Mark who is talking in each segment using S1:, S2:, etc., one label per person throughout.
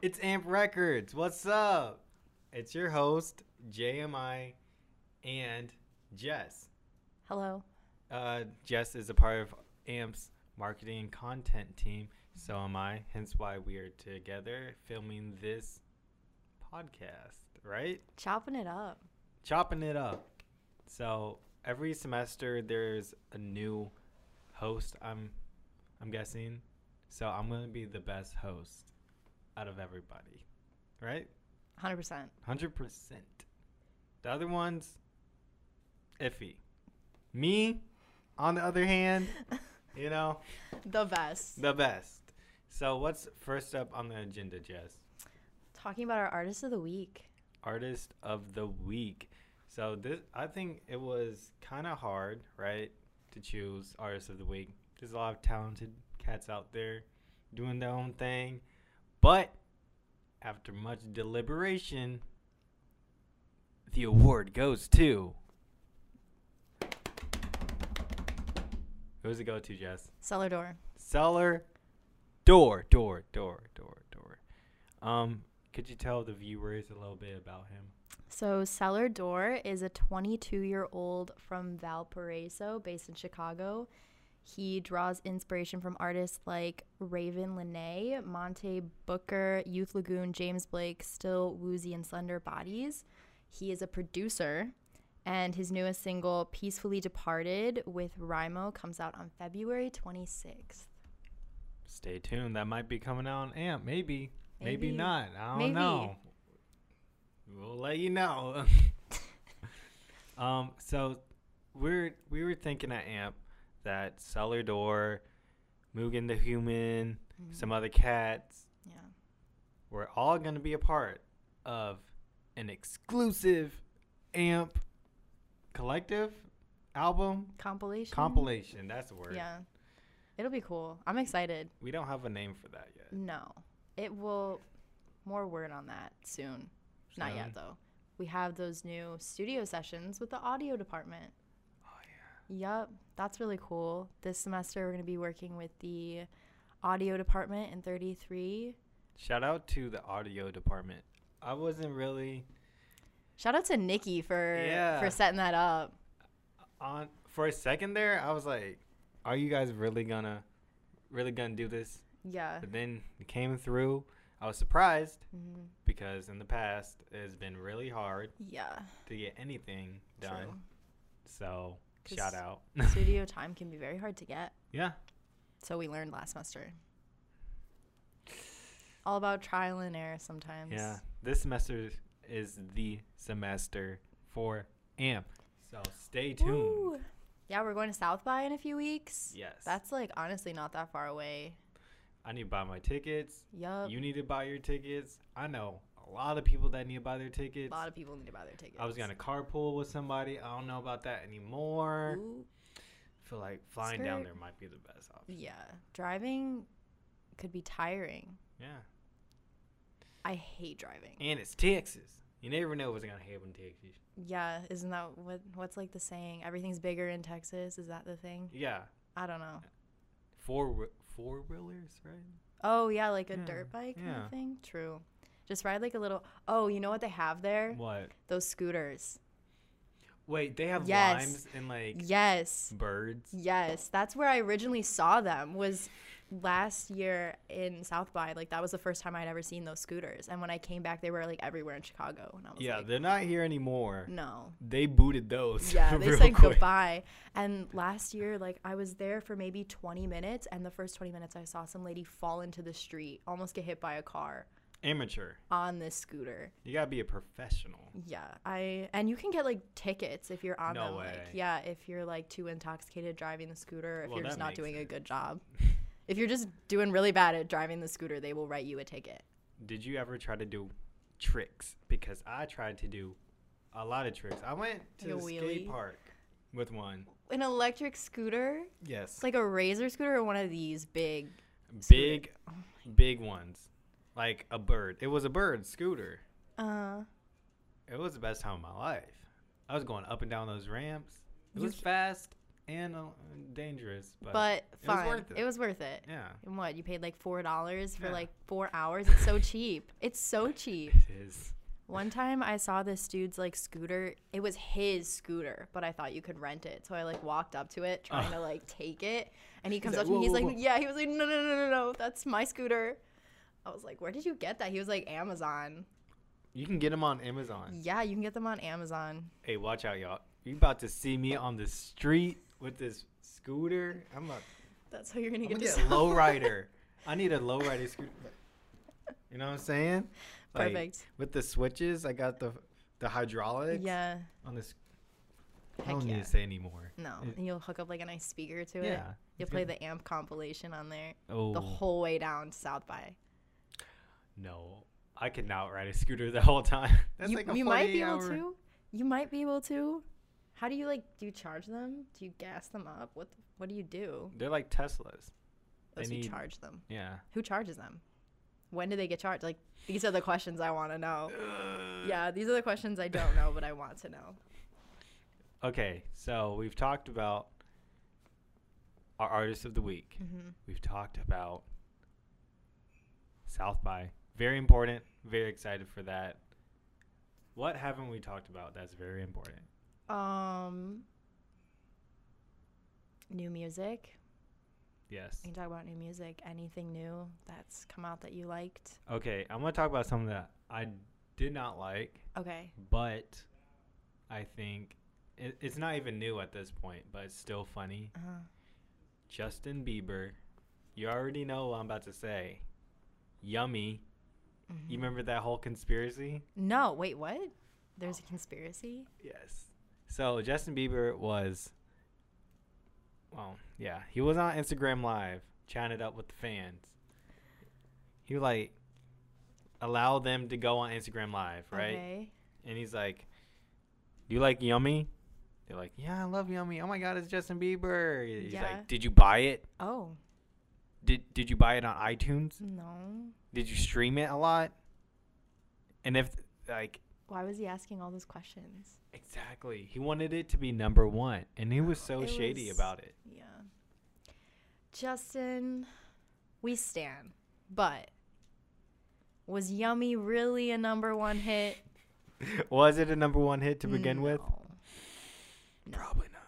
S1: It's Amp Records. What's up? It's your host, JMI and Jess.
S2: Hello.
S1: Uh, Jess is a part of Amp's marketing and content team. So am I. Hence why we are together filming this podcast, right?
S2: Chopping it up.
S1: Chopping it up. So every semester there's a new host. I'm, I'm guessing. So I'm gonna be the best host out of everybody, right?
S2: 100%.
S1: Hundred percent. The other ones, iffy. Me, on the other hand, you know,
S2: the best.
S1: the best. So what's first up on the agenda, Jess?
S2: Talking about our artist of the week.
S1: Artist of the week. So this, I think it was kind of hard, right, to choose artist of the week. There's a lot of talented cats out there doing their own thing, but after much deliberation, the award goes to. Who does it go to, Jess?
S2: Cellar door.
S1: cellar door door door door door um could you tell the viewers a little bit about him
S2: So, Cellar Door is a 22 year old from Valparaiso, based in Chicago. He draws inspiration from artists like Raven Lene, Monte Booker, Youth Lagoon, James Blake, Still Woozy, and Slender Bodies. He is a producer, and his newest single, Peacefully Departed, with Rhymo, comes out on February 26th.
S1: stay tuned that might be coming out on amp maybe maybe,
S2: Maybe.
S1: not i don't
S2: Maybe.
S1: know we'll let you know um so we're we were thinking at amp that cellar door mugen the human
S2: Mm-hmm.
S1: some other cats
S2: Yeah.
S1: we're all going to be a part of an exclusive amp collective album
S2: Compilation?
S1: compilation that's the word
S2: Yeah. It'll be cool. I'm excited.
S1: we don't have a name for that yet
S2: No. It will more word on that soon. Not
S1: Soon?
S2: yet though. We have those new studio sessions with the audio department.
S1: oh yeah
S2: Yup, that's really cool. This semester we're going to be working with the audio department in 33.
S1: shout out to the audio department i wasn't really
S2: Shout out to Nikki for
S1: Yeah.
S2: for setting that up.
S1: on for a second there i was like are you guys really gonna really gonna do this
S2: Yeah.
S1: but then it came through i was surprised
S2: hmm
S1: because in the past it's been really hard
S2: Yeah.
S1: to get anything done
S2: True.
S1: so
S2: 'Cause
S1: shout out
S2: studio time can be very hard to get.
S1: yeah
S2: So we learned last semester. All about trial and error sometimes.
S1: Yeah, this semester is the semester for AMP. So stay tuned.
S2: Woo. Yeah, we're going to South by in a few weeks.
S1: Yes.
S2: That's like honestly not that far away.
S1: I need to buy my tickets.
S2: Yup.
S1: You need to buy your tickets. I know a lot of people that need to buy their
S2: A
S1: tickets.
S2: lot of people need to buy their tickets.
S1: I was going to carpool with somebody. I don't know about that anymore.
S2: Ooh,
S1: feel like flying down
S2: Skirt.
S1: there might be the best option.
S2: yeah. Driving could be tiring.
S1: Yeah.
S2: I hate driving.
S1: And it's Texas. You never know what's going to happen in Texas.
S2: Yeah, isn't that what what's like the saying? Everything's bigger in Texas. Is that the thing?
S1: Yeah.
S2: I don't know.
S1: Four whe- four wheelers, right?
S2: Oh yeah, like a
S1: Yeah,
S2: dirt bike kind
S1: yeah.
S2: of thing. True. Just ride like a little. Oh, you know what they have there?
S1: What?
S2: Those scooters.
S1: Wait, they have
S2: Yes.
S1: limes and like
S2: Yes.
S1: birds.
S2: Yes, that's where I originally saw them was last year in South by. Like that was the first time I'd ever seen those scooters. And when I came back, they were like everywhere in Chicago. And I was
S1: Yeah,
S2: like,
S1: they're not here anymore.
S2: no.
S1: They booted those.
S2: Yeah, they
S1: real
S2: said
S1: quick.
S2: goodbye. And last year, like I was there for maybe 20 minutes, and the first 20 minutes I saw some lady fall into the street, almost get hit by a car
S1: Amateur.
S2: on this scooter.
S1: You gotta be a professional.
S2: Yeah, I and you can get like tickets if you're on
S1: No
S2: them.
S1: way.
S2: Like, yeah, if you're like too intoxicated driving the scooter, or if
S1: Well,
S2: you're just
S1: that
S2: not
S1: makes
S2: doing a
S1: sense.
S2: good job. if you're just doing really bad at driving the scooter, they will write you a ticket.
S1: Did you ever try to do tricks? Because I tried to do a lot of tricks. I went to
S2: Like a
S1: the skate
S2: wheelie?
S1: park with one.
S2: An electric scooter?
S1: Yes.
S2: It's like a razor scooter or one of these big.
S1: big, big ones. Like a bird. It was a bird scooter.
S2: Uh,
S1: It was the best time of my life. I was going up and down those ramps. It
S2: You
S1: was
S2: ca-
S1: fast. and uh, dangerous, but,
S2: but
S1: it was
S2: fun. It was worth
S1: worth
S2: it.
S1: it. yeah,
S2: And what you paid like four dollars for
S1: Yeah.
S2: like four hours? It's so cheap. It's so cheap.
S1: it is.
S2: One time I saw this dude's like scooter. It was his scooter, but I thought you could rent it. So I like walked up to it trying to like take it. And he comes
S1: Oh. like,
S2: up to me. He's
S1: "Whoa,
S2: like,
S1: whoa, whoa."
S2: Yeah. He was like, No, no, no, no, no. That's my scooter. I was like, Where did you get that? He was like, Amazon.
S1: You can get them on Amazon.
S2: Yeah, you can get them on Amazon.
S1: Hey, watch out, y'all. You about to see me on the street with this scooter? I'm about
S2: That's how you're gonna
S1: I'm gonna
S2: get,
S1: get a
S2: to
S1: low rider. I need a low rider scooter. You know what I'm saying? Like,
S2: Perfect.
S1: With the switches, I got the the hydraulics.
S2: yeah.
S1: On this, I
S2: Heck
S1: don't
S2: yeah.
S1: need to say anymore.
S2: No,
S1: It-
S2: and you'll hook up like a nice speaker to it.
S1: yeah.
S2: You'll
S1: it's
S2: play
S1: good.
S2: the amp compilation on there
S1: Oh
S2: the whole way down to South by.
S1: no, I could not ride a scooter the whole time. That's
S2: you,
S1: like a
S2: you might
S1: 48
S2: be able
S1: hour-
S2: to. You might be able to. How do you like? Do you charge them? Do you gas them up? What the- What do you do?
S1: They're like Teslas.
S2: Oh,
S1: They
S2: so you
S1: need-
S2: charge them.
S1: Yeah.
S2: Who charges them? When do they get charged? Like these are the questions I want to know. Yeah, these are the questions I don't know, but I want to know.
S1: Okay, so we've talked about our artist of the week.
S2: Mhm.
S1: We've talked about South by. Very important. Very excited for that. What haven't we talked about that's very important?
S2: Um, new music.
S1: Yes.
S2: We can talk about new music. Anything new that's come out that you liked?
S1: Okay, I'm going to talk about something that I did not like,
S2: Okay.
S1: but I think it, it's not even new at this point, but it's still funny.
S2: Uh-huh.
S1: Justin Bieber. You already know what I'm about to say. Yummy.
S2: Mhm.
S1: You remember that whole conspiracy?
S2: No, wait, what? There's a conspiracy?
S1: Yes. So Justin Bieber was, well, yeah, he was on Instagram Live, chatting it up with the fans. He like allowed them to go on Instagram Live, right?
S2: Okay.
S1: And he's like, "Do you like Yummy?" They're like, "Yeah, I love Yummy. Oh my God, it's Justin Bieber." He's
S2: Yeah.
S1: like, "Did you buy it?
S2: Oh,
S1: Did Did you buy it on iTunes?
S2: no.
S1: Did you stream it a lot?" And if like
S2: Why was he asking all those questions?
S1: Exactly. He wanted it to be number one, and he was so
S2: It
S1: shady
S2: was-
S1: about it.
S2: Yeah. Justin, we stan, but was Yummy really a number one hit?
S1: was it a number one hit to begin with?
S2: No.
S1: Probably not.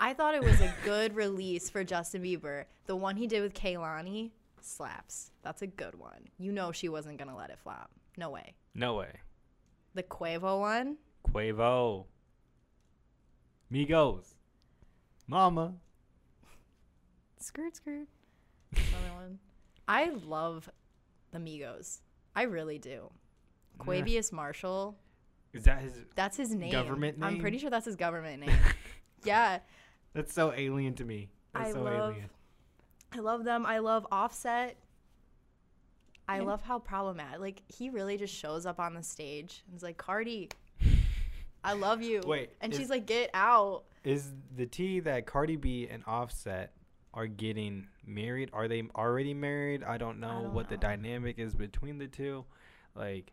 S2: I thought it was a good release for Justin Bieber. The one he did with Kaylani slaps. That's a good one. You know she wasn't going to let it flop. No way.
S1: No way.
S2: The Quavo one?
S1: Quavo. Migos. Mama.
S2: Skirt, skirt. Another one. I love the Migos. I really do.
S1: Nah.
S2: Quavius Marshall.
S1: Is that his?
S2: That's his name.
S1: Government
S2: I'm
S1: name?
S2: pretty sure that's his government name. yeah.
S1: That's so alien to me. That's
S2: I
S1: so
S2: love
S1: alien.
S2: I love them. I love Offset. I
S1: Yeah.
S2: love how problematic. Like he really just shows up on the stage and is like, "Cardi, I love you."
S1: Wait,
S2: and
S1: is-
S2: she's like, "Get out."
S1: Is the tea that Cardi B and Offset are getting married? Are they already married? I don't know
S2: don't
S1: what the
S2: know.
S1: dynamic is between the two. Like,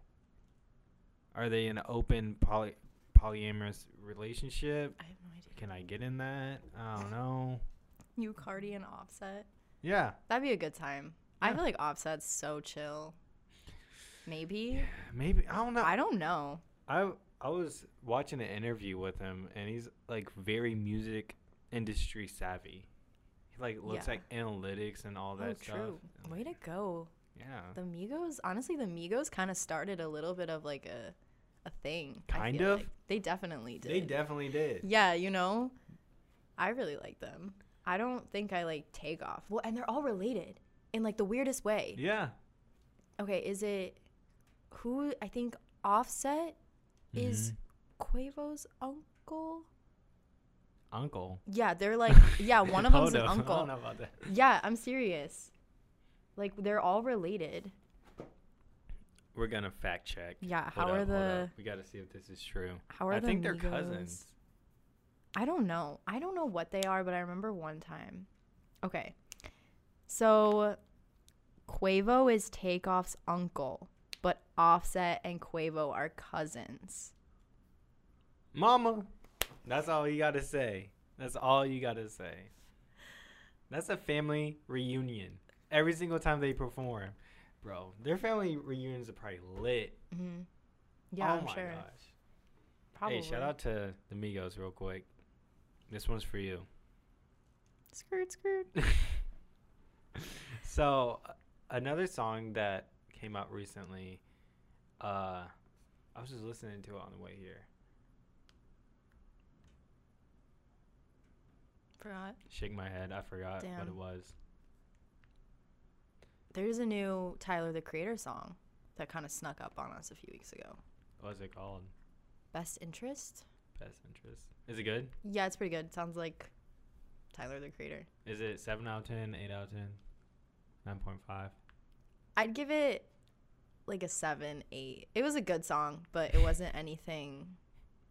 S1: are they in an open poly polyamorous relationship?
S2: I have no idea.
S1: Can I get in that? I don't know.
S2: You, Cardi, and Offset.
S1: Yeah,
S2: That'd be a good time. I
S1: Yeah.
S2: feel like Offset's so chill. Maybe.
S1: maybe I don't know.
S2: I don't know.
S1: I I was watching an interview with him, and he's like very music industry savvy. He like looks
S2: Yeah.
S1: like analytics and all that
S2: Oh,
S1: stuff.
S2: true.
S1: I'm
S2: Way to
S1: like,
S2: go.
S1: yeah.
S2: The Migos, honestly, the Migos kind of started a little bit of like a, a thing. I
S1: Kind
S2: feel
S1: of?
S2: like. They definitely did.
S1: They definitely did.
S2: yeah, you know, I really like them. I don't think I like take off. Well, and they're all related in like the weirdest way.
S1: Yeah.
S2: Okay, is it who I think Offset
S1: Mm-hmm.
S2: is Quavo's uncle?
S1: uncle.
S2: Yeah, they're like yeah, one of them's an
S1: Hold up, I don't
S2: uncle.
S1: know about that.
S2: Yeah, I'm serious. Like they're all related.
S1: We're gonna fact check.
S2: Yeah,
S1: Hold
S2: how
S1: up,
S2: are
S1: hold
S2: the
S1: up. We gotta see if this is true.
S2: how are
S1: I
S2: the
S1: think they're
S2: Migos?
S1: cousins.
S2: I don't know. I don't know what they are, but I remember one time. Okay. So Quavo is Takeoff's uncle, but Offset and Quavo are cousins.
S1: Mama. That's all you gotta say. That's all you gotta say. That's a family reunion. Every single time they perform, bro, their family reunions are probably lit.
S2: hmm Yeah,
S1: oh
S2: I'm
S1: my
S2: sure.
S1: gosh.
S2: Probably.
S1: Hey, shout out to the Migos real quick. This one's for you.
S2: Skirt, skirt.
S1: So uh, another song that came out recently, uh, I was just listening to it on the way here.
S2: Forgot.
S1: Shake my head. I forgot what
S2: Damn.
S1: it was.
S2: There's a new Tyler the Creator song that kind of snuck up on us a few weeks ago.
S1: What was it called?
S2: Best Interest?
S1: Best interest. Is it good?
S2: Yeah, it's pretty good. Sounds like Tyler the Creator.
S1: Is it seven out of ten? Eight out of ten? Nine point five.
S2: I'd give it like a seven, eight. It was a good song, but it wasn't anything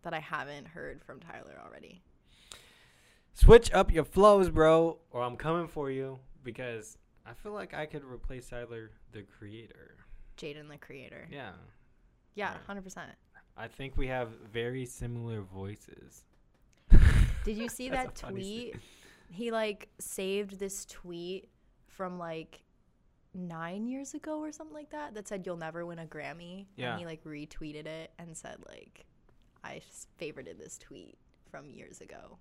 S2: that I haven't heard from Tyler already.
S1: Switch up your flows, bro, or I'm coming for you because I feel like I could replace Tyler the Creator.
S2: Jaden the Creator. Yeah,
S1: Yeah, Right.
S2: 100%.
S1: I think we have very similar voices.
S2: Did you see
S1: That's
S2: that
S1: a funny st-
S2: tweet? He like saved this tweet from like nine years ago or something like that that said, You'll never win a Grammy.
S1: Yeah.
S2: And he like retweeted it and said, like, I s- favorited this tweet from years ago.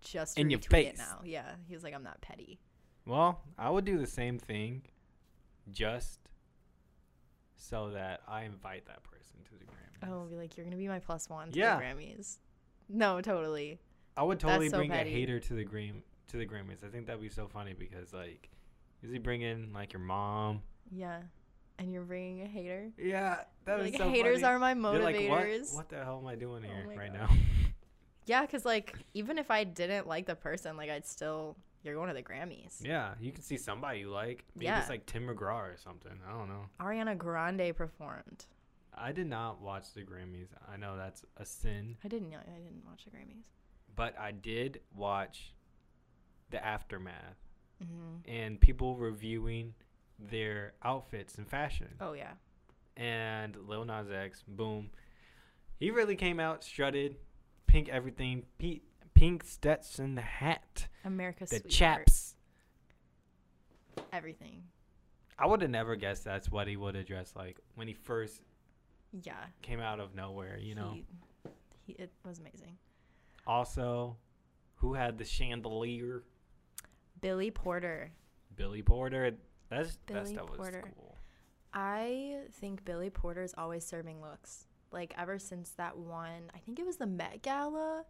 S2: Just
S1: In
S2: retweet
S1: your
S2: it
S1: face.
S2: now. Yeah. He was like, I'm not petty.
S1: Well, I would do the same thing, just so that I invite that person to the Grammys.
S2: Oh, be like, you're gonna be my plus one to
S1: Yeah.
S2: the Grammys. No, totally.
S1: I would totally
S2: so
S1: bring
S2: petty.
S1: a hater to the Gram to the Grammys. I think that'd be so funny because like, is he bringing like your mom?
S2: Yeah. And you're bringing a hater.
S1: Yeah, that
S2: You're
S1: was
S2: like,
S1: so
S2: haters
S1: funny.
S2: are my
S1: They're
S2: motivators.
S1: Like, what? what the hell am I doing
S2: Oh
S1: here
S2: my
S1: right
S2: God.
S1: now?
S2: Yeah, because like even if I didn't like the person, like I'd still you're going to the Grammys.
S1: yeah, you can see somebody you like. Maybe
S2: Yeah.
S1: it's like Tim McGraw or something. I don't know.
S2: Ariana Grande performed.
S1: I did not watch the Grammys. I know that's a sin,
S2: I didn't. know- I didn't watch the Grammys.
S1: but I did watch the aftermath.
S2: hmm
S1: and people reviewing their outfits and fashion.
S2: Oh yeah,
S1: And Lil Nas X, boom, he really came out, strutted, pink everything, pe- pink Stetson hat,
S2: America's
S1: the
S2: sweetheart.
S1: chaps.
S2: Everything.
S1: I would have never guessed that's what he would have dressed like when he first
S2: Yeah.
S1: came out of nowhere, you know.
S2: He, he, it was amazing.
S1: Also, who had the chandelier?
S2: Billy Porter.
S1: Billy Porter. That's that
S2: Billy
S1: stuff was
S2: Porter.
S1: cool.
S2: I think Billy Porter is always serving looks. Like ever since that one, I think it was the Met Gala,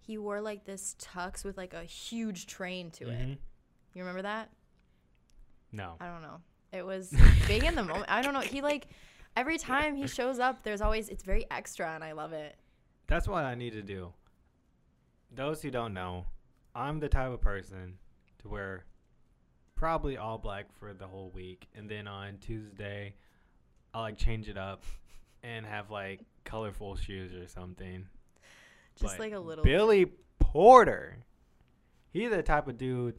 S2: he wore like this tux with like a huge train to it.
S1: Mhm.
S2: You remember that?
S1: No.
S2: I don't know. It was big in the moment. I don't know. He like every time he shows up, there's always it's very extra, and I love it.
S1: That's what I need to do. Those who don't know, I'm the type of person to wear probably all black for the whole week, and then on Tuesday, I like change it up and have like colorful shoes or something.
S2: Just
S1: But
S2: like a little.
S1: Billy Porter. He's the type of dude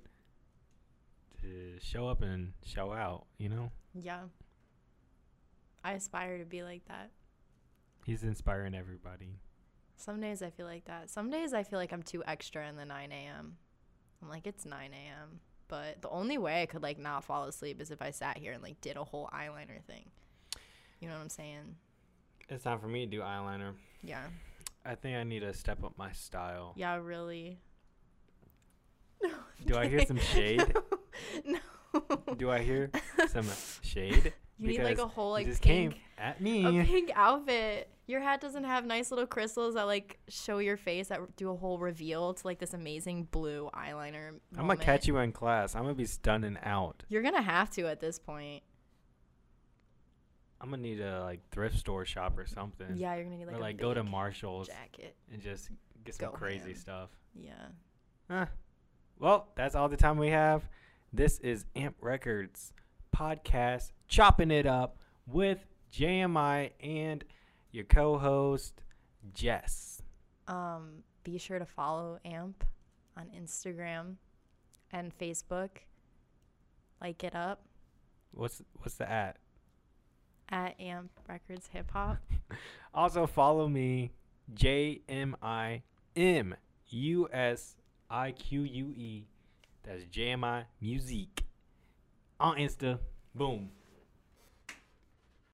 S1: to show up and show out. You know,
S2: yeah. I aspire to be like that.
S1: he's inspiring everybody.
S2: Some days I feel like that. Some days I feel like I'm too extra in the 9 a.m. I'm like it's 9 a.m. But the only way I could like not fall asleep is if I sat here and like did a whole eyeliner thing. You know what I'm saying?
S1: It's time for me to do eyeliner.
S2: Yeah.
S1: I think I need to step up my style.
S2: Yeah. Really.
S1: Do I hear some shade?
S2: no.
S1: Do I hear some shade?
S2: You need like
S1: Because
S2: a whole
S1: you
S2: like
S1: just
S2: pink,
S1: came at
S2: a
S1: me.
S2: pink outfit. Your hat doesn't have nice little crystals that like show your face that do a whole reveal to like this amazing blue eyeliner.
S1: I'm gonna
S2: moment.
S1: catch you in class. I'm gonna be stunning out.
S2: You're gonna have to at this point.
S1: I'm gonna need a like thrift store shop or something.
S2: Yeah, you're gonna need
S1: Or
S2: like
S1: like,
S2: a
S1: go to
S2: big
S1: Marshalls
S2: jacket.
S1: and just get some
S2: Go
S1: crazy
S2: ham.
S1: stuff.
S2: Yeah.
S1: Huh. Well, that's all the time we have. This is Amp Records podcast, chopping it up with JMI and your co-host Jess.
S2: Um, be sure to follow Amp on Instagram and Facebook. Like it up
S1: What's what's the at?
S2: at Amp Records Hip Hop.
S1: Also follow me, J M I M U S I Q U E. That's JMI Music on Insta. Boom.